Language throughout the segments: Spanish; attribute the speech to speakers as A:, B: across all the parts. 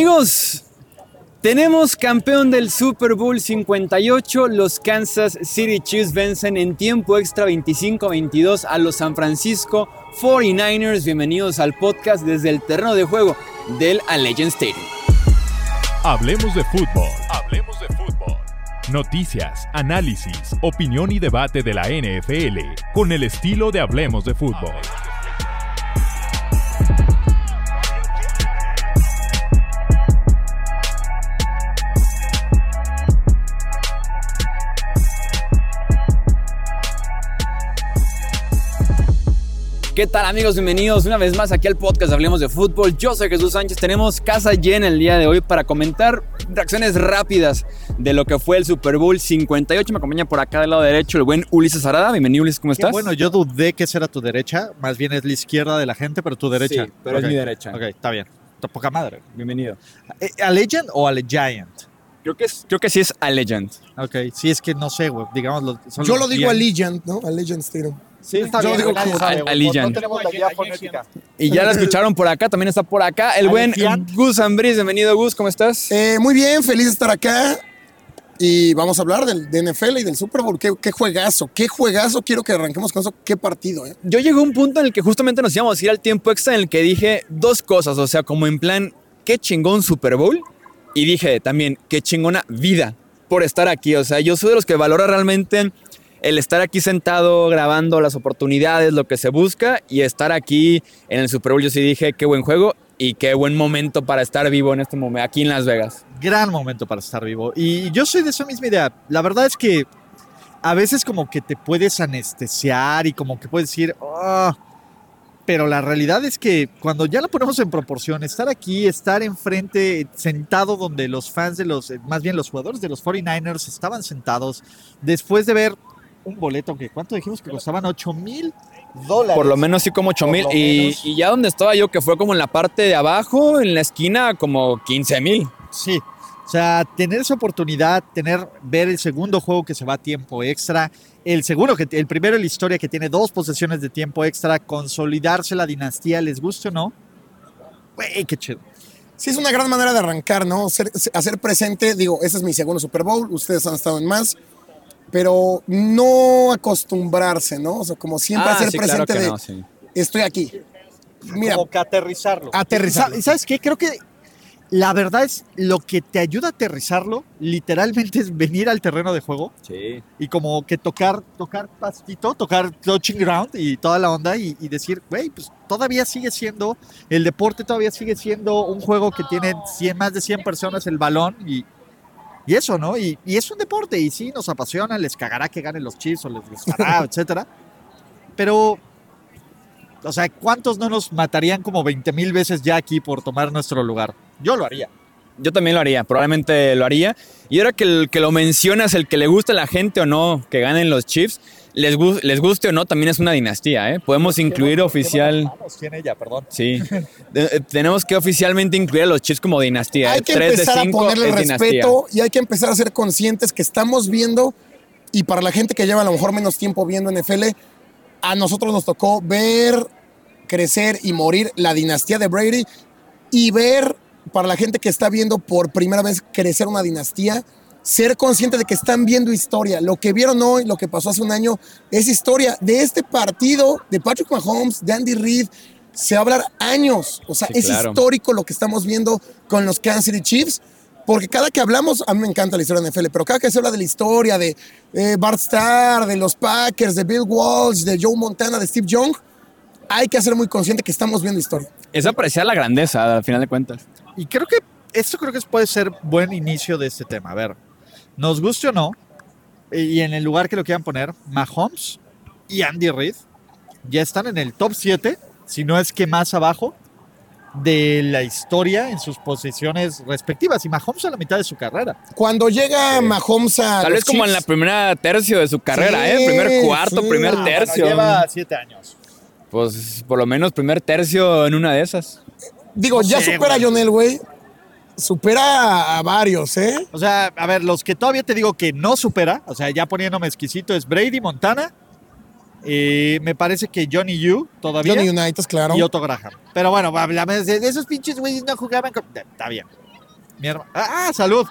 A: Amigos, tenemos campeón del Super Bowl 58. Los Kansas City Chiefs vencen en tiempo extra 25-22 a los San Francisco 49ers. Bienvenidos al podcast desde el terreno de juego del Allegiant Stadium.
B: Hablemos de fútbol. Hablemos de fútbol. Noticias, análisis, opinión y debate de la NFL con el estilo de Hablemos de fútbol.
A: ¿Qué tal amigos? Bienvenidos una vez más aquí al podcast Hablemos de Fútbol. Yo soy Jesús Sánchez. Tenemos casa llena el día de hoy para comentar reacciones rápidas de lo que fue el Super Bowl 58. Me acompaña por acá del lado derecho el buen Ulises Arada. Bienvenido Ulises, ¿cómo
C: Qué
A: estás?
C: Bueno, yo dudé que esa era tu derecha, más bien es la izquierda de la gente, pero tu derecha.
A: Sí, pero
C: Ok,
A: es mi derecha.
C: Ok, está bien. Está poca madre.
A: Bienvenido.
C: Eh, ¿A Legend o a Giant?
A: Creo que, es- creo que sí es a Legend.
C: Ok, sí, es que no sé, güey. Digamos, los- son
D: Yo
C: los
D: lo digo
C: bien.
D: Allegiant, ¿no? Allegiant Stadium.
C: Sí, está
D: yo
C: bien,
D: digo
C: nadie
D: como
C: sabe,
A: Al-
C: güey.
A: Allegiant.
C: tenemos la guía fonética.
A: Y ya la escucharon por acá, también está por acá el buen
C: Allegiant.
A: Gus Ambris. Bienvenido Gus, ¿cómo estás?
D: Eh, muy bien, feliz de estar acá. Y vamos a hablar del de NFL y del Super Bowl. Qué, qué juegazo, qué juegazo. Quiero que arranquemos con eso. Qué partido, ¿eh?
A: yo llegué a un punto en el que justamente nos íbamos a ir al tiempo extra en el que dije dos cosas, o sea, como en plan, qué chingón Super Bowl. Y dije también, qué chingona vida por estar aquí. O sea, yo soy de los que valora realmente el estar aquí sentado, grabando las oportunidades, lo que se busca, y estar aquí en el Super Bowl. Yo sí dije, qué buen juego y qué buen momento para estar vivo en este momento, aquí en Las Vegas.
C: Gran momento para estar vivo. Y yo soy de esa misma idea. La verdad es que a veces como que te puedes anestesiar y como que puedes decir, "Ah", pero la realidad es que cuando ya lo ponemos en proporción, estar aquí, estar enfrente, sentado donde los fans de los, eh, más bien los jugadores de los 49ers estaban sentados, después de ver un boleto que, ¿cuánto dijimos que costaban? 8 mil dólares.
A: Por lo menos sí como 8
C: Por
A: mil.
C: lo
A: Y,
C: menos.
A: y ya donde estaba yo, que fue como en la parte de abajo, en la esquina, como 15 mil.
C: Sí. O sea, tener esa oportunidad, tener, ver el segundo juego que se va a tiempo extra, el segundo, que, el primero en la historia que tiene dos posesiones de tiempo extra, consolidarse la dinastía, les guste o no. Güey, qué chido.
D: Sí, es una gran manera de arrancar, ¿no? Ser- se- hacer presente, digo, ese es mi segundo Super Bowl, ustedes han estado en más, pero no acostumbrarse, ¿no? O sea, como siempre
A: Ah,
D: hacer
A: sí, claro
D: presente
A: que
D: de
A: no, sí.
D: estoy aquí. Mira,
C: Como que aterrizarlo.
D: Aterrizarlo.
C: ¿Y sabes qué? Creo que la verdad es lo que te ayuda a aterrizarlo, literalmente es venir al terreno de juego y como que tocar, tocar pastito, tocar touching ground y toda la onda y, y decir, güey, pues todavía sigue siendo, el deporte todavía sigue siendo un juego que tiene 100, más de 100 personas el balón y, y eso, ¿no? Y, y es un deporte y sí, nos apasiona, les cagará que ganen los Chiefs o les gustará, etcétera. Pero, o sea, ¿cuántos no nos matarían como 20 mil veces ya aquí por tomar nuestro lugar? Yo lo haría.
A: Yo también lo haría, probablemente lo haría. Y ahora que, el, que lo mencionas, el que le gusta a la gente o no, que ganen los Chiefs, les, gus- les guste o no, también es una dinastía, ¿eh? Podemos incluir oficial...
C: Tiene ella, perdón.
A: Sí, De- eh, tenemos que oficialmente incluir a los Chiefs como dinastía.
D: hay
A: ¿eh?
D: que
A: Tres de
D: empezar a
A: cinco
D: ponerle
A: es dinastía.
D: respeto y hay que empezar a ser conscientes que estamos viendo, y para la gente que lleva a lo mejor menos tiempo viendo NFL, a nosotros nos tocó ver crecer y morir la dinastía de Brady y ver para la gente que está viendo por primera vez crecer una dinastía, ser consciente de que están viendo historia. Lo que vieron hoy, lo que pasó hace un año, es historia de este partido de Patrick Mahomes, de Andy Reid. Se va a hablar años, o sea,
A: Sí,
D: es
A: claro.
D: histórico lo que estamos viendo con los Kansas City Chiefs, porque cada que hablamos, a mí me encanta la historia de NFL, pero cada que se habla de la historia de eh, Bart Starr, de los Packers, de Bill Walsh, de Joe Montana, de Steve Young, hay que ser muy consciente que estamos viendo historia.
A: Es apreciar la grandeza, al final de cuentas.
C: Y creo que esto creo que puede ser buen inicio de este tema. A ver, nos guste o no, y en el lugar que lo quieran poner, Mahomes y Andy Reid ya están en el top 7, si no es que más abajo, de la historia en sus posiciones respectivas. Y Mahomes a la mitad de su carrera.
D: Cuando llega Mahomes a.
A: Tal
D: los
A: vez como en la
D: Chiefs,
A: primera tercio de su carrera,
D: Sí,
A: ¿eh? Primer cuarto,
D: sí.
A: primer
D: Ah, bueno,
A: tercio.
C: 7 años.
A: Pues por lo menos primer tercio en una de esas.
D: Digo,
C: No
D: ya
C: sé,
D: supera a
C: güey.
D: Jonel, güey. Supera a varios, ¿eh?
C: O sea, a ver, los que todavía te digo que no supera, o sea, ya poniéndome exquisito, es Brady, Montana Eh, me parece que Johnny Yu todavía.
D: Johnny United, claro.
C: Y Otto Graham. Pero bueno, hablamos de esos pinches güeyes no jugaban con. eh, Está bien. Mi herma- ¡Ah, ah, salud!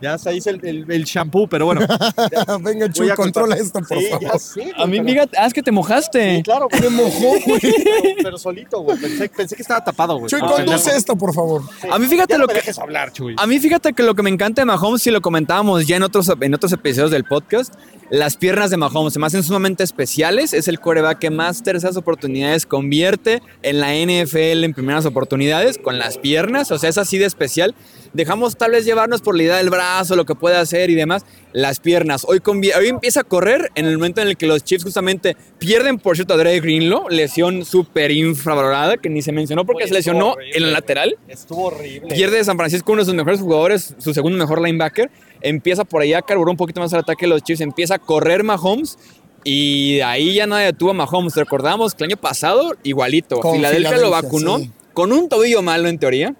C: Ya se hizo el, el- el shampoo, pero bueno.
D: Venga, Chu,
C: Voy a
D: controla
C: contar-
D: esto, por
C: Sí,
D: favor.
C: ya sé, güey,
A: A mí,
C: pero-
A: mira, ah, es que te mojaste.
C: Sí, claro, güey.
D: Me mojó, güey.
C: Pero, pero solito, güey. Pensé, pensé que estaba tapado, güey.
D: Chuy,
C: Ah,
D: conduce
C: pendejo.
D: esto, por favor.
A: A mí, fíjate
C: Ya
A: lo
C: no me
A: que.
C: dejes hablar, Chuy.
A: A mí fíjate que lo que me encanta de Mahomes, si lo comentábamos ya en otros, en otros episodios del podcast, las piernas de Mahomes se me hacen sumamente especiales. Es el coreback que más terceras oportunidades convierte en la NFL en primeras oportunidades con las piernas. O sea, es así de especial. Dejamos tal vez llevarnos por la idea del brazo, lo que puede hacer y demás. Las piernas. Hoy, convi- hoy empieza a correr en el momento en el que los Chiefs justamente pierden, por cierto, a Dre Greenlow. Lesión súper infravalorada que ni se mencionó porque
C: Güey,
A: se lesionó
C: estuvo horrible,
A: en la
C: güey.
A: lateral.
C: Estuvo horrible.
A: Pierde de San Francisco uno de sus mejores jugadores, su segundo mejor linebacker. Empieza por allá, carburó un poquito más al ataque de los Chiefs. Empieza a correr Mahomes. Y de ahí ya nadie detuvo a Mahomes. Recordamos que el año pasado, igualito.
D: Con
A: Filadelfia, lo
D: Filadelfia,
A: vacunó
D: sí.
A: con un tobillo malo, en teoría.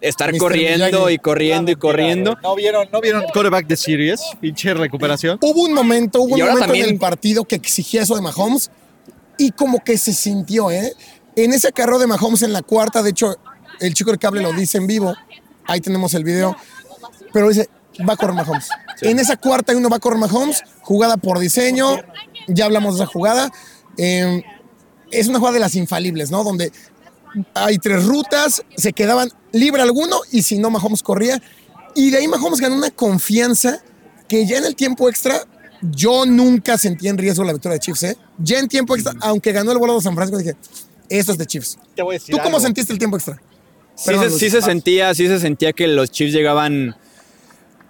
A: Estar
D: Mr.
A: corriendo
D: Miyagi.
A: y corriendo y corriendo.
C: No vieron, no vieron quarterback de series, pinche recuperación.
D: Hubo un momento, hubo
A: Y
D: un
A: ahora
D: momento en
A: también-
D: el partido que exigía eso de Mahomes y como que se sintió, ¿eh? En ese carro de Mahomes en la cuarta, de hecho, el chico del cable lo dice en vivo, ahí tenemos el video, pero dice, va a correr Mahomes. En esa cuarta y uno va a correr Mahomes, jugada por diseño, ya hablamos de esa jugada. eh, es una jugada de las infalibles, ¿no? Donde hay tres rutas, se quedaban libre alguno y si no, Mahomes corría. Y de ahí Mahomes ganó una confianza que ya en el tiempo extra yo nunca sentí en riesgo la victoria de Chiefs, ¿eh? Ya en tiempo extra,
C: Mm.
D: aunque ganó el vuelo de San Francisco, dije, esto es de Chiefs.
C: Te voy a decir
D: ¿Tú cómo
C: algo.
D: sentiste el tiempo extra?
A: Sí,
D: Perdón,
A: se,
D: Luis.
A: sí se sentía, sí se sentía que los Chiefs llegaban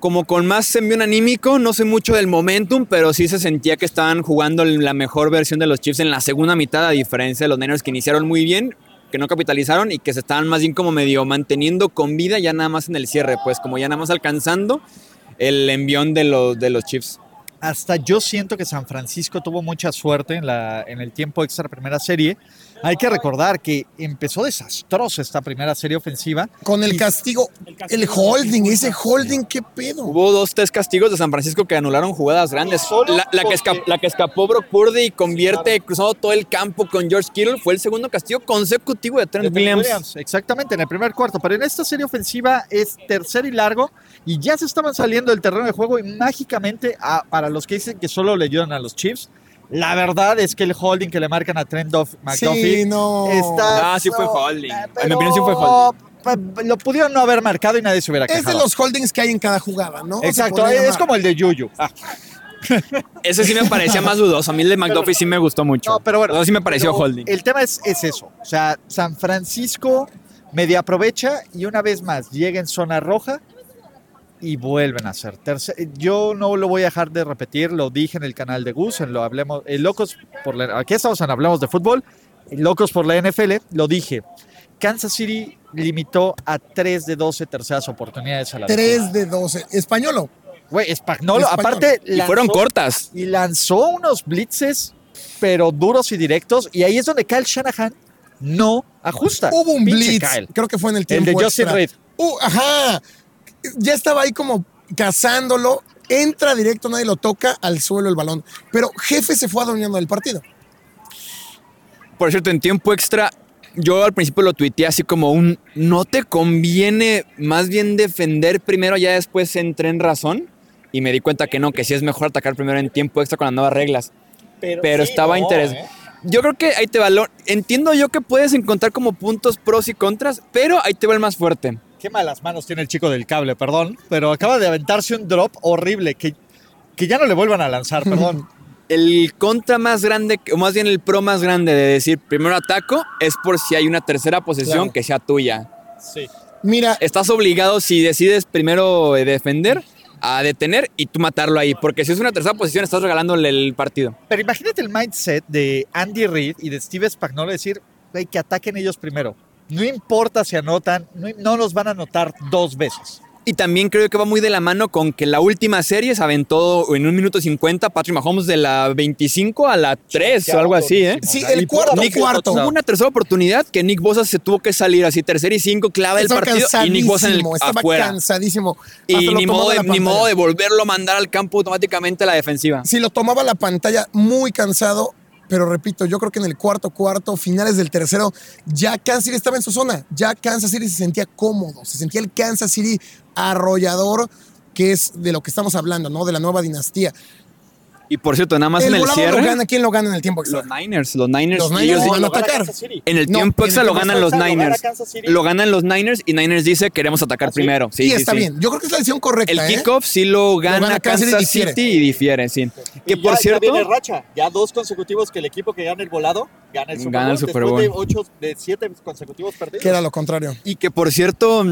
A: como con más envío anímico, no sé mucho del momentum, pero sí se sentía que estaban jugando la mejor versión de los Chiefs en la segunda mitad, a diferencia de los Niners que iniciaron muy bien, que no capitalizaron y que se estaban más bien como medio manteniendo con vida ya nada más en el cierre, pues como ya nada más alcanzando el envión de los, de los Chiefs.
C: Hasta yo siento que San Francisco tuvo mucha suerte en, la, en el tiempo extra primera serie. Hay que recordar que empezó desastrosa esta primera serie ofensiva.
D: Con el castigo, el holding, ese holding, qué pedo.
A: Hubo dos, tres castigos de San Francisco que anularon jugadas grandes.
C: Solo
A: La, la que, esca-
C: porque-
A: la que escapó Brock Purdy y convierte cruzado todo el campo con George Kittle fue el segundo castigo consecutivo de Trent
C: de Trent
A: Williams.
C: Williams, Exactamente, en el primer cuarto. Pero en esta serie ofensiva es tercer y largo y ya se estaban saliendo del terreno de juego y mágicamente, a- para los que dicen que solo le ayudan a los Chiefs, la verdad es que el holding que le marcan a Trent Duff- McDuffie
D: Sí, no.
C: está...
A: Ah, sí fue
C: no,
A: holding.
C: eh,
A: En mi opinión, sí fue
C: pero, pa- Lo pudieron no haber marcado y nadie se hubiera
D: Es
C: quejado.
D: de los holdings que hay en cada jugada, ¿no? Se
C: Exacto,
D: podría
C: es
D: llamar.
C: como el de Yuyu. Ah,
A: Ese sí me parecía más dudoso. A mí el de McDuffie sí me gustó mucho.
C: no, pero bueno.
A: O sea, sí me pareció
C: pero
A: holding.
C: El tema es, es eso. O sea, San Francisco media aprovecha y una vez más llega en zona roja y vuelven a hacer tercer. Yo no lo voy a dejar de repetir, lo dije en el canal de Gus, en lo hablemos, en Locos por la, aquí estamos en Hablamos de Fútbol, en Locos por la NFL, lo dije. Kansas City limitó a 3 de 12 terceras oportunidades a la defensa.
D: 3 de 12. Españolo.
C: Güey, Spagnolo,
D: Espagnolo.
C: aparte
A: Y fueron
C: lanzó-
A: cortas.
C: y lanzó unos blitzes, pero duros y directos. Y ahí es donde Kyle Shanahan no ajusta.
D: Hubo un
C: Pinche
D: blitz.
C: Kyle.
D: Creo que fue en el
C: El
D: tiempo
C: de Justin
D: extra.
C: Reed.
D: Uh, ajá. Ya estaba ahí como cazándolo. Entra directo, nadie lo toca al suelo el balón. Pero jefe se fue adueñando del partido.
A: Por cierto, en tiempo extra, yo al principio lo tuiteé así como un no te conviene más bien defender primero, ya después entré en razón. Y me di cuenta que no, que sí es mejor atacar primero en tiempo extra con las nuevas reglas. Pero, estaba
C: ¿eh?
A: interesante. Yo creo que ahí te va. lo- Entiendo yo que puedes encontrar como puntos pros y contras, pero ahí te va el más fuerte.
C: Qué malas manos tiene el chico del cable, perdón. Pero acaba de aventarse un drop horrible que, que ya no le vuelvan a lanzar, perdón.
A: El contra más grande, o más bien el pro más grande de decir primero ataco, es por si hay una tercera posesión
D: Claro.
A: que sea tuya.
C: sí.
D: Mira,
A: Estás obligado, si decides primero eh, defender, a detener y tú matarlo ahí. Porque si es una tercera posesión, estás regalándole el partido.
C: Pero imagínate el mindset de Andy Reid y de Steve Spagnolo decir, güey, que ataquen ellos primero. No importa si anotan, no, no nos van a anotar dos veces.
A: Y también creo que va muy de la mano con que la última serie se aventó en un minuto 50 Patrick Mahomes de la 25 a la 3 o algo así, ¿eh?
D: Sí, el cuarto,
A: Nick-
D: cuarto.
A: Hubo una tercera oportunidad que Nick Bosa se tuvo que salir así, tercera y cinco, clava el
D: Estaba
A: partido y Nick Bosa en el,
D: cansadísimo, estaba
A: afuera.
D: cansadísimo. Hasta
A: Y
D: lo
A: ni
D: tomaba
A: modo, de,
D: la
A: ni modo
D: pantalla.
A: de volverlo a mandar al campo automáticamente a la defensiva.
D: Si lo tomaba la pantalla muy cansado, pero repito, yo creo que en el cuarto cuarto, finales del tercero, ya Kansas City estaba en su zona. Ya Kansas City se sentía cómodo, se sentía el Kansas City arrollador, que es de lo que estamos hablando, ¿no? De la nueva dinastía.
A: Y por cierto, nada más
D: el
A: en el
D: volado
A: cierre.
D: lo gana, ¿quién lo gana en el tiempo extra?
A: los Niners, los Niners,
D: Los
A: y
D: Niners
A: ellos-
D: lo van a
E: Lo gana
D: atacar.
E: Kansas City.
A: en el
D: No,
A: tiempo
D: en
A: extra
D: el
A: lo
D: tiempo
A: ganan los
E: extra lo gana
A: Niners.
E: Kansas City.
A: Lo ganan los Niners y Niners dice queremos atacar
E: ¿Ah, sí?
A: primero. Sí,
D: y
A: sí,
D: está
A: sí.
D: bien. Yo creo que es la decisión correcta.
A: El
D: ¿eh?
A: kickoff sí lo gana,
D: gana Kansas
A: Kansas,
D: City y difiere.
A: City y difiere, sí. Que
E: Y
A: por
E: ya-
A: cierto,
E: Ya viene racha. Ya dos consecutivos que el equipo que gana el volado gana el Super
A: Gana el
E: Bowl.
A: Super
E: después
A: Bowl.
E: De, ocho, de siete consecutivos perdidos.
D: Que era lo contrario.
A: y que por cierto,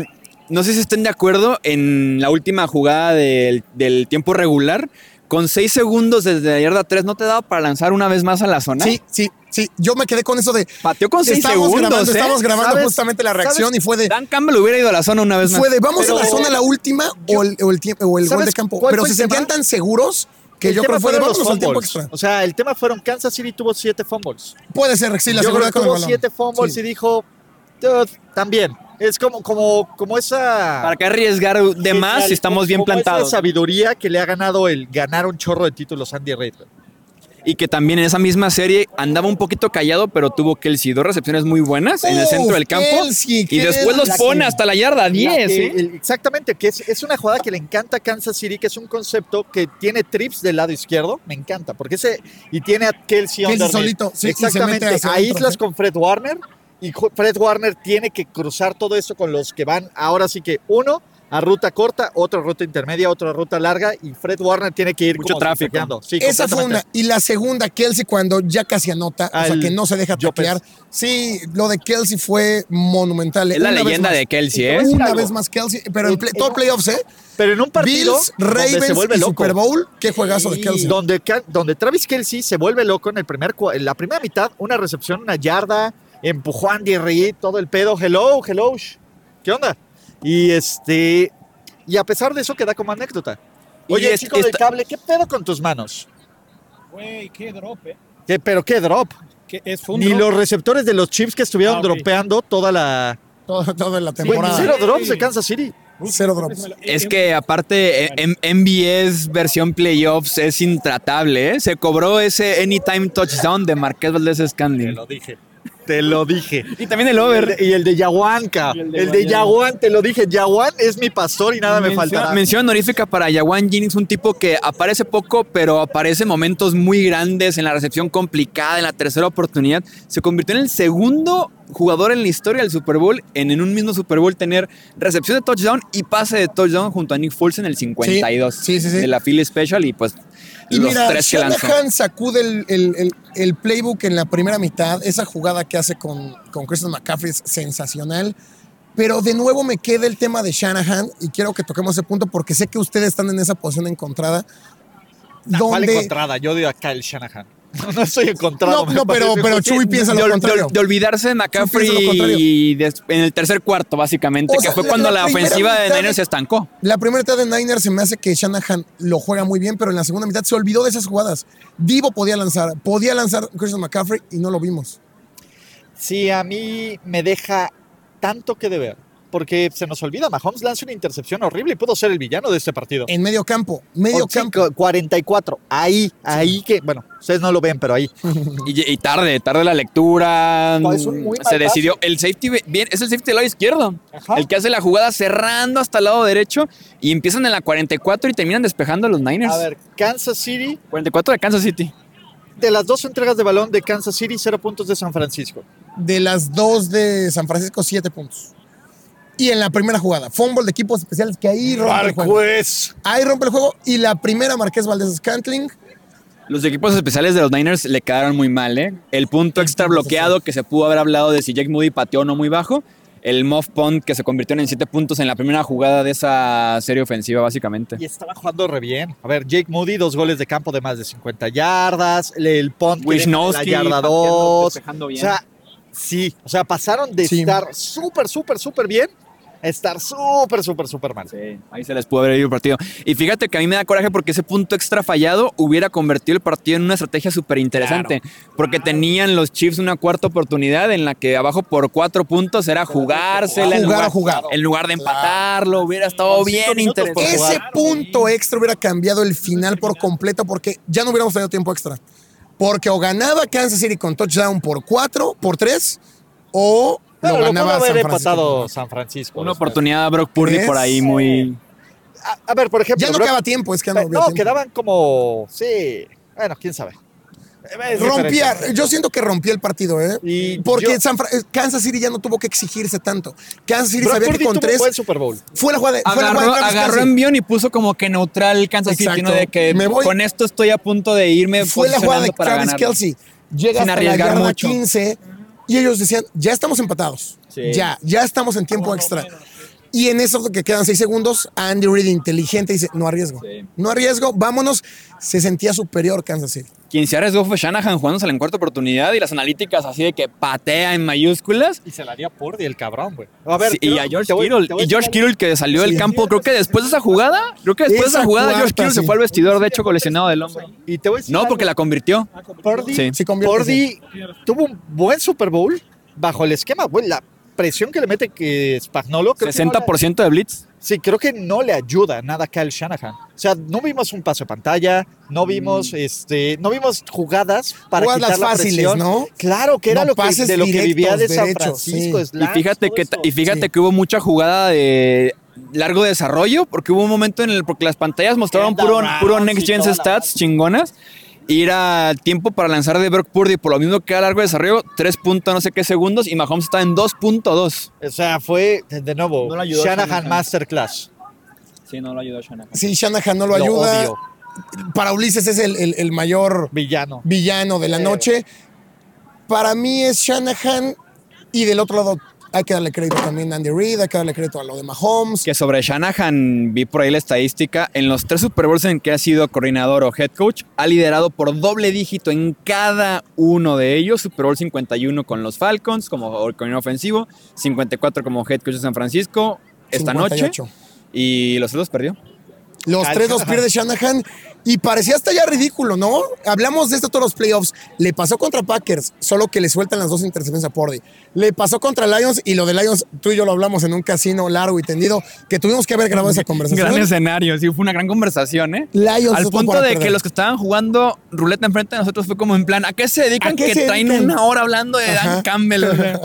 A: no sé si estén de acuerdo en la última jugada del, del tiempo regular. Con seis segundos desde la yarda 3, ¿no te daba para lanzar una vez más a la zona?
D: Sí, sí, sí. Yo me quedé con eso de.
A: Pateó con seis
D: Estamos
A: segundos.
D: grabando,
A: ¿eh?
D: estamos grabando
A: ¿Sabes?
D: justamente la reacción y fue de.
A: Dan Campbell hubiera ido a la zona una vez más.
D: Fue de vamos a la
E: Pero-
D: zona la última o el, o el tiempo o el gol
C: ¿Sabes
D: de campo.
C: cuál
D: Pero
C: fue
D: se
C: el
D: sentían
C: tema?
D: tan seguros que
C: El
D: yo
C: tema
D: creo que fue de
C: fueron
D: vámonos al tiempo
C: fumbles.
D: extra.
C: O sea, el tema fueron Kansas City tuvo siete fumbles.
D: Puede ser, sí, la
C: Yo creo
D: seguridad
C: que
D: con el
C: tuvo
D: balón.
C: siete fumbles
D: Sí.
C: y dijo, "Dude, también. Es como, como, como esa...
A: ¿Para qué arriesgar de
E: Sí,
A: más si
E: claro,
A: estamos bien
C: como esa
A: plantados?
C: sabiduría que le ha ganado el ganar un chorro de títulos Andy Reid.
A: Y que también en esa misma serie andaba un poquito callado, pero tuvo Kelsey dos recepciones muy buenas en el
D: Uf,
A: centro del campo.
D: Kelsey,
A: y después los
D: Kelsey.
A: pone hasta la yarda
C: La
A: 10.
C: que-
A: ¿eh?
C: el- exactamente, que es, es una jugada que le encanta a Kansas City, que es un concepto que tiene trips del lado izquierdo, me encanta, porque ese y tiene a Kelsey,
D: Kelsey
C: underneath.
D: solito, sí, y se
C: exactamente,
D: mete hacia
C: a
D: adentro,
C: islas
D: sí.
C: con Fred Warner y jo- Fred Warner tiene que cruzar todo eso con los que van ahora sí que uno a ruta corta, otro a ruta intermedia, otro a ruta larga y Fred Warner tiene que ir
A: Mucho
C: como
A: tráfico.
C: zigzagueando. Sí,
D: Esa fue
C: completamente.
D: una. Y la segunda, Kelsey, cuando ya casi anota, o
C: Al
D: sea, que no se deja
C: López.
D: taclear. Sí, lo de Kelsey fue monumental.
A: Es la
D: Una vez
A: leyenda
D: más.
A: de Kelsey, ¿eh?
D: Una
C: Algo.
D: vez más Kelsey, pero en
C: En-
D: play-
C: en-
D: todo playoffs, ¿eh?
C: Pero en un partido
D: Bills,
C: donde se
D: Ravens
C: vuelve
D: y
C: loco.
D: Super Bowl. Qué juegazo de
C: Y
D: Kelsey.
C: Donde, Ca- donde Travis Kelsey se vuelve loco en, el primer, cua- en la primera mitad, una recepción, una yarda, empujó a Andy Reid, todo el pedo, hello, hello, sh- ¿qué onda? Y este, y a pesar de eso queda como anécdota.
A: Y
C: Oye,
A: es-
C: chico del
A: esta-
C: cable, ¿qué pedo con tus manos?
F: Güey, qué drop, eh.
C: ¿Qué- pero qué drop.
F: Que es fue un
C: Ni
F: drop.
C: los receptores de los chips que estuvieron
F: Ah, ok.
C: dropeando toda la...
D: Todo- Toda la
C: Güey,
D: temporada.
C: cero drops
F: Sí.
C: de Kansas City.
F: Ruth,
D: Cero
F: Ruth,
D: drops.
F: me la-
A: Es
F: eh,
A: que aparte en MBS versión playoffs es intratable. ¿eh? Se cobró ese anytime touchdown de Marqués Valdés Scanlon.
C: dije. Te lo dije.
A: Y también el over.
C: Y el de Yaguanca.
F: Y
C: El
F: el
C: de,
F: de Guayana.
C: Yaguan, te lo dije. Yaguan es mi pastor y nada me
A: Mención-
C: faltará.
A: Mención honorífica para Yawan Jennings, un tipo que aparece poco, pero aparece en momentos muy grandes en la recepción complicada, en la tercera oportunidad. Se convirtió en el segundo jugador en la historia del Super Bowl en, en un mismo Super Bowl tener recepción de touchdown y pase de touchdown junto a Nick Foles en el 52
D: sí, sí, sí.
A: de la Philly Special y pues
D: Y
A: los
D: mira,
A: tres que lanzó.
D: Shanahan sacude el, el- el- el playbook en la primera mitad. Esa jugada que hace con, con Christian McCaffrey es sensacional. Pero de nuevo me queda el tema de Shanahan y quiero que toquemos ese punto porque sé que ustedes están en esa posición encontrada.
C: ¿Cuál
D: Donde,
C: encontrada? Yo digo a Kyle Shanahan. No soy encontrado.
D: no,
C: me
D: no, pero,
C: parece.
D: pero Chuy piensa
A: de,
D: lo
A: ol-
D: contrario.
A: de- de olvidarse de
D: Sí, piensa lo
A: McCaffrey
D: contrario.
A: y des- en el tercer cuarto, básicamente,
D: O
A: que
D: sea,
A: fue
D: la-
A: cuando
D: la
A: la,
D: primera
A: ofensiva de
D: mitad de-
A: Niners se estancó.
D: La primera mitad de Niners se me hace que Shanahan lo juega muy bien, pero en la segunda mitad se olvidó de esas jugadas. Divo podía lanzar, podía lanzar Christian McCaffrey y no lo vimos.
C: Sí, a mí me deja tanto que deber. Porque se nos olvida, Mahomes lanza una intercepción horrible y pudo ser el villano de este partido.
D: En medio campo, medio
C: Ocho,
D: campo.
C: 44. Ahí, ahí que, bueno, ustedes no lo ven, pero ahí.
A: Y, y tarde, tarde la lectura.
C: No, es un muy
A: se
C: mal
A: decidió. El safety ve- bien, es el safety del lado izquierdo. El que hace la jugada cerrando hasta el lado derecho y empiezan en la 44 y terminan despejando a los Niners.
C: A ver, Kansas City
A: 44 de Kansas City.
C: de las dos entregas de balón de Kansas City, cero puntos de San Francisco.
D: de las dos de San Francisco, siete puntos. Y en la primera jugada, fumble de equipos especiales que ahí rompe el juego. Ahí rompe el juego. Y la primera, Marqués Valdés Scantling.
A: Los equipos especiales de los Niners le quedaron muy mal, ¿eh? El punto extra bloqueado que se pudo haber hablado de si Jake Moody pateó o no muy bajo. El muff punt que se convirtió en 7 puntos en la primera jugada de esa serie ofensiva, básicamente.
C: Y estaba jugando re bien. A ver, Jake Moody, dos goles de campo de más de 50 yardas. El punt que deja la
A: Wisnowski
C: yarda
A: pateando,
C: dos.
A: despejando
C: O
A: bien.
C: sea, sí. O sea, pasaron de
D: Sí.
C: estar súper, súper, súper bien estar súper, súper, súper mal.
A: Sí, ahí se les pudo haber ido el partido. Y fíjate que a mí me da coraje porque ese punto extra fallado hubiera convertido el partido en una estrategia súper interesante. porque tenían los Chiefs una cuarta oportunidad en la que abajo por cuatro puntos era jugársela. en
D: Jugar a
A: lugar-
D: jugar.
A: En lugar de empatarlo, hubiera estado
F: Con cinco
A: bien
F: minutos por
A: interesante.
D: Ese
F: jugar.
D: punto extra hubiera cambiado el final por completo porque ya no hubiéramos tenido tiempo extra. Porque o ganaba Kansas City con touchdown por 4, por 3, o
C: Pero
D: lo
C: lo pudo
D: ganaba
C: haber
D: San Francisco.
C: empatado San Francisco.
A: Una
C: después.
A: oportunidad a Brock Purdy por ahí
D: ¿Crees?
A: muy...
C: A, a ver, por ejemplo.
D: Ya no
C: Brock-
D: quedaba tiempo, es que ya no
C: Pe-
D: había
C: No,
D: tiempo.
C: quedaban como. Sí. Bueno, quién sabe. Es
D: Rompía,
C: diferente.
D: yo siento que rompía el partido, ¿eh?
C: Y
D: Porque
C: yo-
D: San Fra- eh, Kansas City ya no tuvo que exigirse tanto. Kansas City
C: Brock
D: sabía
C: Purdy
D: que con
C: tuvo un
D: tres
C: buen Super Bowl.
D: fue la jugada de, fue la
A: Agarró,
D: jugada de Travis
A: agarró
D: Kelce.
A: envión y puso como que neutral Kansas City,
D: Exacto.
A: ¿no? De que
D: Me voy-
A: con esto estoy a punto de irme
D: fue la jugada de
A: posicionando para
D: Travis
A: ganar.
D: Kelsey. Llega
A: Sin
D: hasta la
A: arriesgar
D: yarda
A: mucho.
D: 15 y ellos decían, ya estamos empatados.
E: Sí.
D: Ya, ya estamos en
C: Ah,
D: tiempo extra. Y en eso que quedan 6 segundos, Andy Reid inteligente dice, no arriesgo.
E: Sí.
D: No arriesgo, vámonos. Se sentía superior Kansas City.
A: Quien se arriesgó fue Shanahan jugándosela en cuarta oportunidad y las analíticas así de que patea en mayúsculas.
C: Y se la dio a Purdy, el cabrón, güey. A ver.
A: Sí, y
C: creo-
A: a George
C: te voy-
A: Kittle.
C: te voy a
A: y George
C: decir
A: Kittle que salió del
D: Sí.
A: campo, creo que después de esa jugada, creo que después de esa
D: Esa
A: jugada George
D: cuarta,
A: Kittle se
D: sí.
A: fue al vestidor, de hecho, coleccionado del hombro.
C: algo. Y te voy a decir
A: No,
C: algo.
A: porque la convirtió.
C: Purdy,
A: Sí.
D: Se convierte, sí.
C: Purdy tuvo un buen Super Bowl bajo el esquema, güey. La presión que le mete que Spagnolo. creo que no le-
A: 60% de blitz.
C: Sí, creo que no le ayuda nada a Kyle Shanahan. O sea, no vimos un paso de pantalla, no vimos, este, no vimos jugadas para
D: Mm. Jugadas
C: quitar la
D: fáciles,
C: presión.
D: ¿no?
C: Claro, que era
D: No,
C: lo que,
D: pases
C: de lo que
D: directos,
C: vivía de San
D: derechos,
C: Francisco.
D: sí.
A: Y
C: slants,
A: fíjate
C: todo
A: que,
C: eso.
A: ta- y fíjate
D: Sí.
A: que hubo mucha jugada de largo desarrollo, porque hubo un momento en el porque las pantallas mostraron
E: Enda
A: puro,
E: rounds
A: puro
E: y
A: Next Gen
E: toda la
A: Stats chingonas. Y era tiempo para lanzar de Brock Purdy, por lo mismo que a largo desarrollo, 3 puntos no sé qué segundos, y Mahomes está en 2.2.
C: O sea, fue, de, de nuevo,
A: No le ayudó
C: Shanahan,
A: Shanahan.
C: Masterclass.
A: Sí, no lo ayudó Shanahan.
D: Sí, Shanahan no lo,
C: Lo
D: ayuda.
C: odio.
D: Para Ulises es el, el- el mayor
C: Villano.
D: villano de la noche. Para mí es Shanahan y del otro lado hay que darle crédito también a Andy Reid, hay que darle crédito a lo de Mahomes.
A: Que sobre Shanahan, vi por ahí la estadística, en los tres Super Bowls en que ha sido coordinador o head coach, ha liderado por doble dígito en cada uno de ellos. Super Bowl 51 con los Falcons como coordinador ofensivo, 54 como head coach de San Francisco esta
D: 58.
A: noche. Y los otros perdió.
D: Los
C: Al
D: tres los
C: Shanahan.
D: pierde Shanahan y parecía hasta ya ridículo, ¿no? Hablamos de esto todos los playoffs. Le pasó contra Packers, solo que le sueltan las dos intercepciones a Pordy. Le pasó contra Lions y lo de Lions, tú y yo lo hablamos en un casino largo y tendido, que tuvimos que haber grabado esa conversación.
A: Gran escenario, sí, fue una gran conversación, ¿eh?
D: Lions
A: Al
D: otro
A: punto
D: para
A: de
D: perder.
A: que los que estaban jugando ruleta enfrente de nosotros fue como en plan, ¿a qué se dedican
D: ¿A qué
A: que
D: se
A: traen
D: dedican?
A: una hora hablando de Dan
D: Ajá.
A: Campbell? O sea,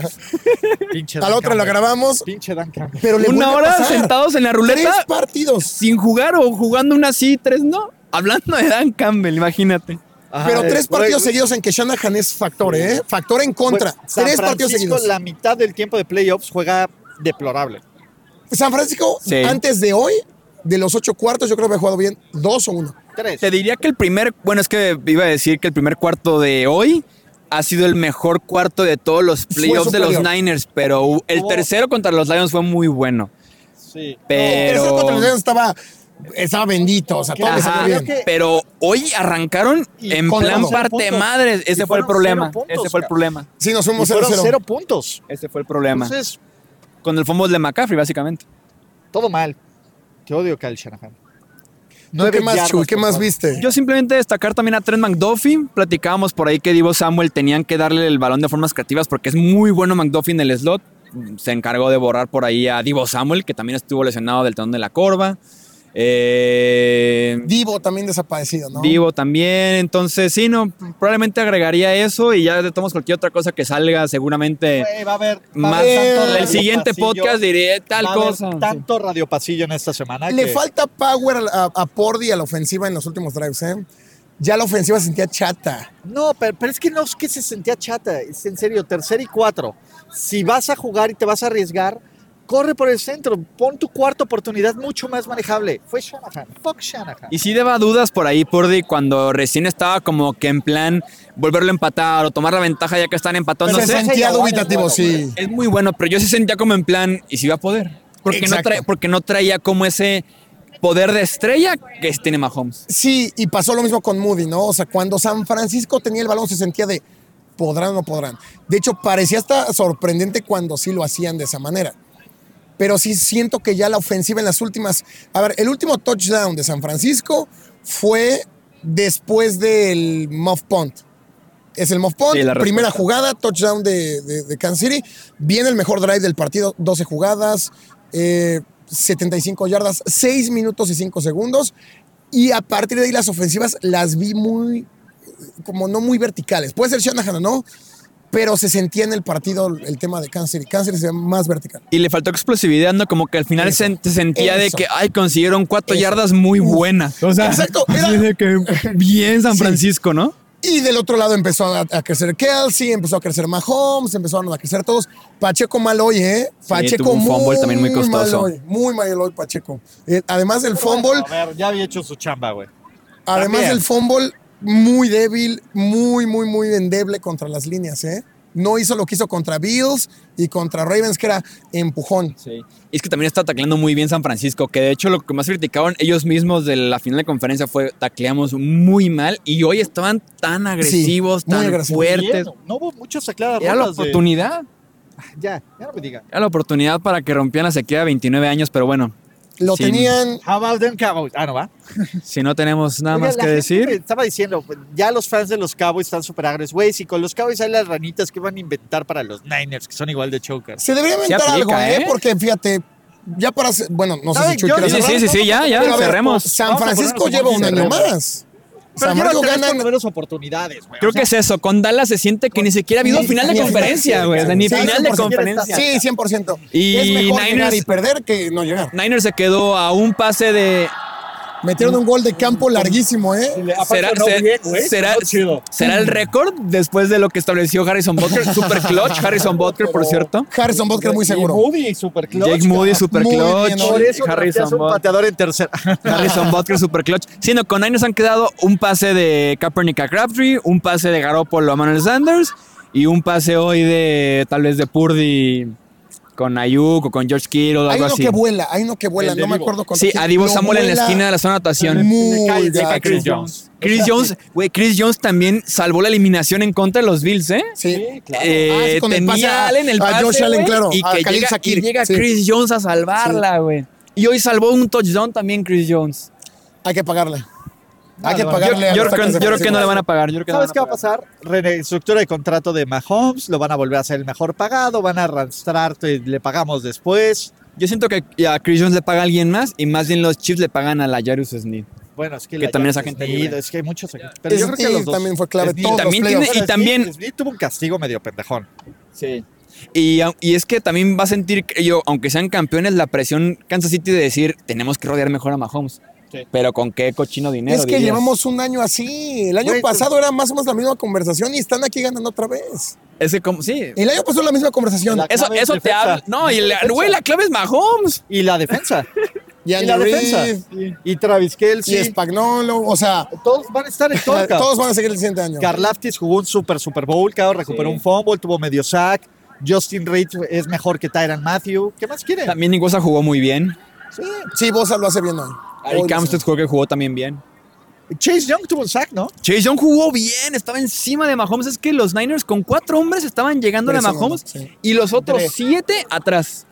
C: Pinche
D: Al otro lo
C: Campbell.
D: grabamos,
C: Pinche Dan Campbell.
D: pero le
A: una
D: vuelve a
A: hora
D: pasar.
A: sentados en la ruleta
D: Tres partidos.
A: sin jugar o jugando una sí, tres no. Hablando de Dan Campbell, imagínate.
C: Ajá,
D: Pero
C: eh,
D: tres
C: por ahí-
D: partidos seguidos en que Shanahan es factor, ¿eh? Factor en
C: Pues,
D: contra.
C: San
D: tres partidos
C: Francisco,
D: seguidos.
C: la mitad del tiempo de playoffs juega deplorable.
D: San Francisco,
A: Sí.
D: antes de hoy, de los ocho cuartos, yo creo que había jugado bien dos o uno.
C: Tres.
A: Te diría que el primer, bueno, es que iba a decir que el primer cuarto de hoy ha sido el mejor cuarto de todos los
D: Fue
A: playoffs de los
D: superior.
A: Niners, pero el
C: Hubo-
A: tercero contra los Lions fue muy bueno.
C: Sí.
D: El tercer contra
A: Pero,
D: los Lions estaba, estaba bendito. O sea, todo le
A: Ajá,
D: salió bien.
C: pues, creo que-
A: pero hoy arrancaron
C: Y
A: en
D: con
A: plan
D: cero
A: parte
C: puntos.
A: madres. Ese
C: Y
A: fue el
C: fueron
A: problema.
C: cero puntos,
A: Ese fue el
C: cabrón.
A: problema.
D: Sí, nos
C: Y
D: fuimos 0-0.
C: fueron cero puntos.
A: Ese fue el problema.
C: Entonces,
A: Con el fumble de McCaffrey, básicamente.
C: todo mal. Te odio, Kyle Shanahan.
D: ¿Tú ¿Qué
C: nueve
D: más,
C: yardas
D: Chuy? ¿Qué
C: por
D: más
C: juego.
D: viste?
A: Yo simplemente destacar también a Trent McDuffie. Platicábamos por ahí que Divo Samuel tenían que darle el balón de formas creativas porque es muy bueno McDuffie en el slot. Se encargó de borrar por ahí a Divo Samuel, que también estuvo lesionado del tendón de la corva. Eh,
D: Divo también desaparecido, ¿no?
A: Divo también. Entonces, sí, no, probablemente agregaría eso y ya de todos modos, cualquier otra cosa que salga seguramente.
C: Güey, va a haber, va a
A: Eh, Más
C: haber
D: tanto
A: el
D: radio
A: siguiente
C: pasillo,
A: podcast diré tal
C: va a haber
A: cosa.
C: Tanto radio pasillo en esta semana.
D: Le
C: Ah, que-
D: falta power a, a Pordy y a la ofensiva en los últimos drives, ¿eh? Ya la ofensiva se sentía chata.
C: No, pero, pero es que no es que se sentía chata. Es en serio, tercer y cuatro. Si vas a jugar y te vas a arriesgar, corre por el centro. Pon tu cuarta oportunidad mucho más manejable. Fue Shanahan. Fuck Shanahan.
A: Y sí daba dudas por ahí, Purdy, cuando recién estaba como que en plan volverlo a empatar o tomar la ventaja ya que están empatando.
D: se
A: Pues sé.
D: sentía
C: ese
D: dubitativo,
C: igual es bueno,
D: sí.
A: Es muy bueno, pero yo sí sentía como en plan, ¿y si va a poder? Porque no,
D: Exacto.
A: trae- porque no traía como ese poder de estrella que sí tiene Mahomes.
D: Sí, y pasó lo mismo con Moody, ¿no? O sea, cuando San Francisco tenía el balón se sentía de podrán o no podrán. De hecho, parecía hasta sorprendente cuando sí lo hacían de esa manera. pero sí siento que ya la ofensiva en las últimas. A ver, el último touchdown de San Francisco fue después del muff punt. Es el muff punt,
A: Sí, la respuesta.
D: primera jugada, touchdown de, de- de Kansas City. Viene el mejor drive del partido, 12 jugadas, eh, 75 yardas, 6 minutos y 5 segundos. Y a partir de ahí las ofensivas las vi muy, como no muy verticales. Puede ser Shanahan o no, pero se sentía en el partido el tema de Kansas City. Kansas City se ve más vertical.
A: Y le faltó explosividad, ¿no? Como que al final
D: Eso,
A: se, se sentía de
D: eso.
A: que, ay, consiguieron cuatro
D: Eso.
A: yardas muy buenas. O sea,
D: Exacto,
A: así
D: era-
A: de que bien San
D: Sí.
A: Francisco, ¿no?
D: Y del otro lado empezó a, a crecer Kelsey, empezó a crecer Mahomes, empezaron a crecer todos. Pacheco mal hoy, ¿eh? Pacheco
A: tuvo un fumble también muy
D: Mal
A: costoso.
D: hoy, muy mal hoy Pacheco. Eh, además del fumble,
C: A ver, ya había hecho su chamba, güey.
D: además
C: también.
D: del fumble, muy débil, muy, muy, muy endeble contra las líneas, ¿eh? No hizo lo que hizo contra Bills y contra Ravens, que era empujón.
A: Sí. Y es que también está tacleando muy bien San Francisco, que de hecho lo que más criticaban ellos mismos de la final de conferencia fue tacleamos muy mal y hoy estaban tan agresivos,
D: muy
A: tan
D: agresivos.
A: fuertes.
C: Bien, no hubo muchas aclaras
A: Era la
C: rotas de-
A: oportunidad.
C: Ya, ya no me digan.
A: Era la oportunidad para que rompieran la sequía de 29 años, pero bueno,
D: Lo
A: Sí.
D: tenían
C: How about them Cowboys? Ah, no va.
A: si no tenemos nada
C: Oiga,
A: más
C: la
A: que
C: gente
A: decir.
C: me Estaba diciendo, pues, ya los fans de los Cowboys están súper agres. Güey, si con los Cowboys hay las ranitas que van a inventar para los Niners, que son igual de chokers.
D: Se debería inventar
A: aplica,
D: algo, ¿eh?
A: ¿eh?
D: Porque fíjate, ya para. hacer- Bueno, no sé
C: Ay,
D: si Chuy
C: yo-
D: quiere
A: Sí,
D: cerrar.
A: sí, sí, sí, ya, ya,
D: Pero a ver,
A: cerremos.
D: San
C: Vamos a
D: Francisco
C: ponernos
D: lleva un año
C: cerremos.
D: más.
C: Pero
D: San
C: llevan
D: Francisco
C: tres
D: gana.
C: primeros oportunidades, güey.
A: Creo
C: O sea,
A: que es eso. Con Dallas se siente que ni siquiera ha habido
D: Ni-
A: final de
D: ni-
A: conferencia,
D: sí,
A: güey. O sea, ni
D: sí,
A: final de
D: 100%.
A: conferencia.
D: Sí, 100%.
A: Y
D: es mejor
A: Niners-
D: llegar y perder que no llegar.
A: Niners se quedó a un pase de.
D: Metieron un gol de campo larguísimo, ¿eh?
C: le- aparte
A: ¿Será,
C: no
A: se-
C: bien, güey,
A: será,
C: no chido.
A: será el récord después de lo que estableció Harrison Butker? Super clutch, Harrison Butker, por cierto.
D: Harrison Butker muy seguro.
C: Y Moody, super clutch.
A: Jake Moody, super
D: Muy
A: clutch.
D: bien,
C: Por eso
A: Harrison,
C: Harrison un
A: Butker
C: pateador en tercera.
A: Harrison Butker, super clutch. Sí, no, con Niners han quedado un pase de Kaepernick a Crabtree, un pase de Garoppolo a Manuel Sanders y un pase hoy de tal vez de Purdy con Ayuk o con George Kittle o
D: Hay
A: algo
D: uno
A: así.
D: que vuela, hay uno que vuela,
C: El de
D: no me
C: Divo.
D: acuerdo con
A: Sí, a Divo Samuel en la esquina de la zona de actuación.
D: Muy
C: Le cae- le
D: gacho.
C: cae Chris Jones.
A: Chris Jones, güey, Chris Jones también salvó la eliminación en contra de los Bills, ¿eh?
D: Sí.
A: Eh,
D: Ah, sí, con el
A: tenía
D: pase a-
A: Allen el
D: a
A: pase,
D: Josh Allen,
A: güey,
D: claro,
A: y
D: a
A: que
D: Khalil
A: llega,
D: Shakir,
A: y llega
D: sí.
A: Chris Jones a salvarla, güey. Y hoy salvó un touchdown también Chris Jones.
D: Hay que pagarle. Hay que
C: no,
D: pagarle a
A: Yo,
D: Eh, los
A: creo que-
D: tackles
A: yo creo que no le van a pagar. Yo creo que no
C: ¿Sabes
A: le
C: qué va
A: van
C: a
A: a pagar.
C: pasar? Reestructura de contrato de Mahomes, lo van a volver a hacer el mejor pagado, van a arrastrarte, le pagamos después.
A: Yo siento que a Chris Jones le paga alguien más y más bien los Chiefs le pagan a la Jarus Smith.
C: Bueno, es que,
A: Que
C: la
A: también es
C: llave
A: agente
C: Smith,
A: libre.
C: Es que hay muchos. agentes. Pero yo creo que
D: Smith
C: los dos.
D: también fue clave,
C: Smith
D: todos los
A: también
D: playoffs.
A: tiene- y
C: Smith-
A: también-
C: Smith tuvo un castigo medio pendejón.
A: Sí. Y, au- y es que también va a sentir, yo, aunque sean campeones, la presión Kansas City de decir, tenemos que rodear mejor a Mahomes. Pero con qué cochino dinero. pues
D: Es que
A: dirías?
D: llevamos un año así. El año
C: Güey, tú-
D: pasado era más o menos la misma conversación y están aquí ganando otra vez.
A: Es que como, sí.
D: El año pasado la misma conversación.
C: La-
A: Eso,
C: clave es
A: eso te
C: defensa.
A: habla. No, y la, güey, la clave es Mahomes.
C: Y la defensa.
D: Y
C: y la
D: Andy
C: defensa.
D: Reid,
C: Y Travis
D: y
C: Kelsey.
D: Spagnolo, o sea,
C: Todos van a estar en todo. cabrón.
D: todos van a seguir el siguiente año.
C: Karlaftis jugó un super Super Bowl, cabrón, recuperó
A: Sí.
C: un fumble, tuvo medio sack. Justin Reed es mejor que Tyron Matthew. ¿Qué más quieren?
A: También Nicosa jugó muy bien.
C: Sí.
D: Sí, Bosa lo hace bien hoy. Hoy
A: Ari
D: lo
A: Camstead
D: hace.
A: creo que jugó también bien.
C: Chase Young tuvo un sack, ¿no?
A: Chase Young jugó bien, estaba encima de Mahomes. Es que los Niners con cuatro hombres estaban llegando a
D: Impresionante,
A: Mahomes
D: sí.
A: y los otros
C: Tres.
A: siete atrás.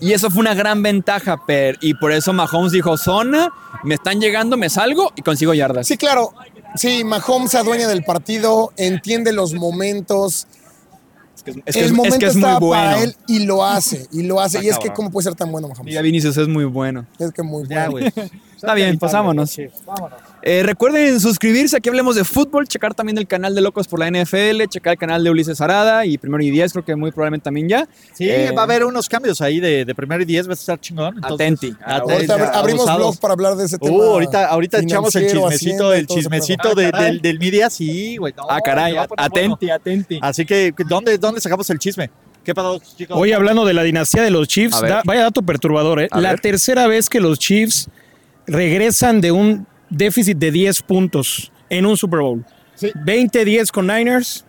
A: Y eso fue una gran ventaja, Per. Y por eso Mahomes dijo, zona, me están llegando, me salgo y consigo yardas.
D: Sí, claro. Sí, Mahomes se adueña del partido, entiende los momentos.
A: Es que es, es que
D: el
A: es- es
D: momento
A: que es muy
D: estaba
A: bueno.
D: para él y lo hace, y lo hace.
C: Ah,
D: y es que
C: cabrón.
D: cómo puede ser tan bueno Mahomes.
A: Mira, Vinicius es muy bueno.
D: Es que muy
C: Ya,
D: bueno.
C: güey.
A: Está bien, pues vámonos.
C: Sí, vámonos.
A: Eh, recuerden suscribirse, aquí hablemos de fútbol, checar también el canal de Locos por la NFL, checar el canal de Ulises Arada y Primero y Diez, creo que muy probablemente también ya.
C: Sí,
A: Eh,
C: va a haber unos cambios ahí de, de primero y diez, va a estar chingón. Entonces,
A: Atenti.
C: atenti.
D: Ahorita abri-
C: ya,
D: abrimos
C: abusados.
D: blog para hablar de ese tema.
C: Uh, ahorita, ahorita echamos el
D: financiero,
C: chismecito,
D: Hacienda,
C: el
D: todo pues. Ah, ese
C: chismecito
D: pedo.
C: de- del, del media, sí, güey. no,
A: Ah, caray,
C: se va a poner
A: atenti, atenti.
C: bueno. Así que, ¿dónde, ¿dónde sacamos el chisme? ¿Qué pasó, chicos?
G: Hoy hablando de la dinastía de los
A: A
G: Chiefs,
A: ver.
G: da- vaya dato perturbador, ¿eh?
A: A
G: La
A: ver.
G: tercera vez que los Chiefs regresan de un déficit de 10 puntos en un Super Bowl. 20-10 con Niners,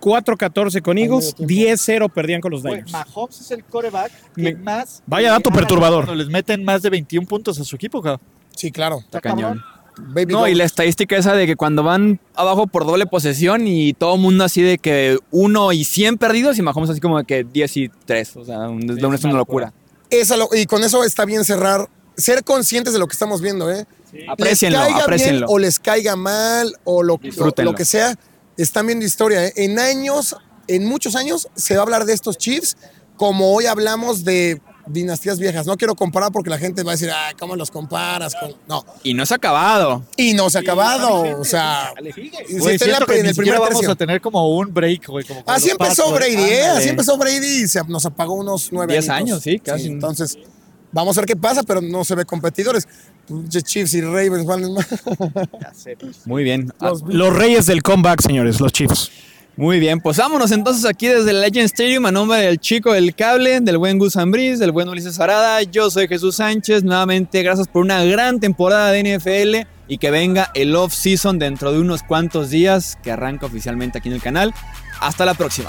G: 24-14 con Eagles, 10-0 perdían con los
C: Güey,
A: pues.
G: Niners.
C: Mahomes es el coreback que
G: Me-
C: más.
G: Vaya dato
C: le gana
G: perturbador.
C: cuando les meten más de 21 puntos a su equipo, cabrón.
D: Sí, claro.
A: Está cañón.
D: Baby
A: No, y
D: Goat.
A: la estadística esa de que cuando van abajo por doble posesión y todo el mundo así de que uno y 100 perdidos y Mahomes así como de que 10 y 3. O sea, un- es una locura.
D: Esa lo- y con eso está bien cerrar. Ser conscientes de lo que estamos viendo, ¿eh?
A: Aprécienlo,
D: les caiga bien
A: aprécienlo.
D: o les caiga mal o lo, o
A: Disfrútenlo.
D: lo que sea, están viendo historia. ¿eh? En años, en muchos años, se va a hablar de estos Chiefs como hoy hablamos de dinastías viejas. No quiero comparar porque la gente va a decir, ah, ¿cómo los comparas? con-?" No.
A: Y no se ha acabado.
D: Y no se ha acabado. O sea, si
E: Güey,
D: está en, la-
E: siento que
D: en
E: ni
D: el primer
E: siquiera vamos
D: tercio. Ah,
E: a tener como un break, güey. como con
D: Así
E: los
D: empezó
E: Pats, güey.
D: Brady, ¿eh?
A: Ándale.
D: Así empezó Brady y se nos apagó unos nueve
A: Diez
D: añitos.
A: años, sí, casi.
D: entonces, vamos a ver qué pasa, pero no se ve competidores. Pinche Chiefs y Ravens valen más.
A: Muy bien. Ah,
G: Los reyes del comeback, señores, los Chiefs.
A: muy bien. Pues vámonos entonces aquí desde el Legend Stadium a nombre del chico del cable, del buen Gus Ambriz, del buen Ulises Arada. Yo soy Jesús Sánchez. Nuevamente, gracias por una gran temporada de NFL y que venga el off-season dentro de unos cuantos días que arranca oficialmente aquí en el canal. Hasta la próxima.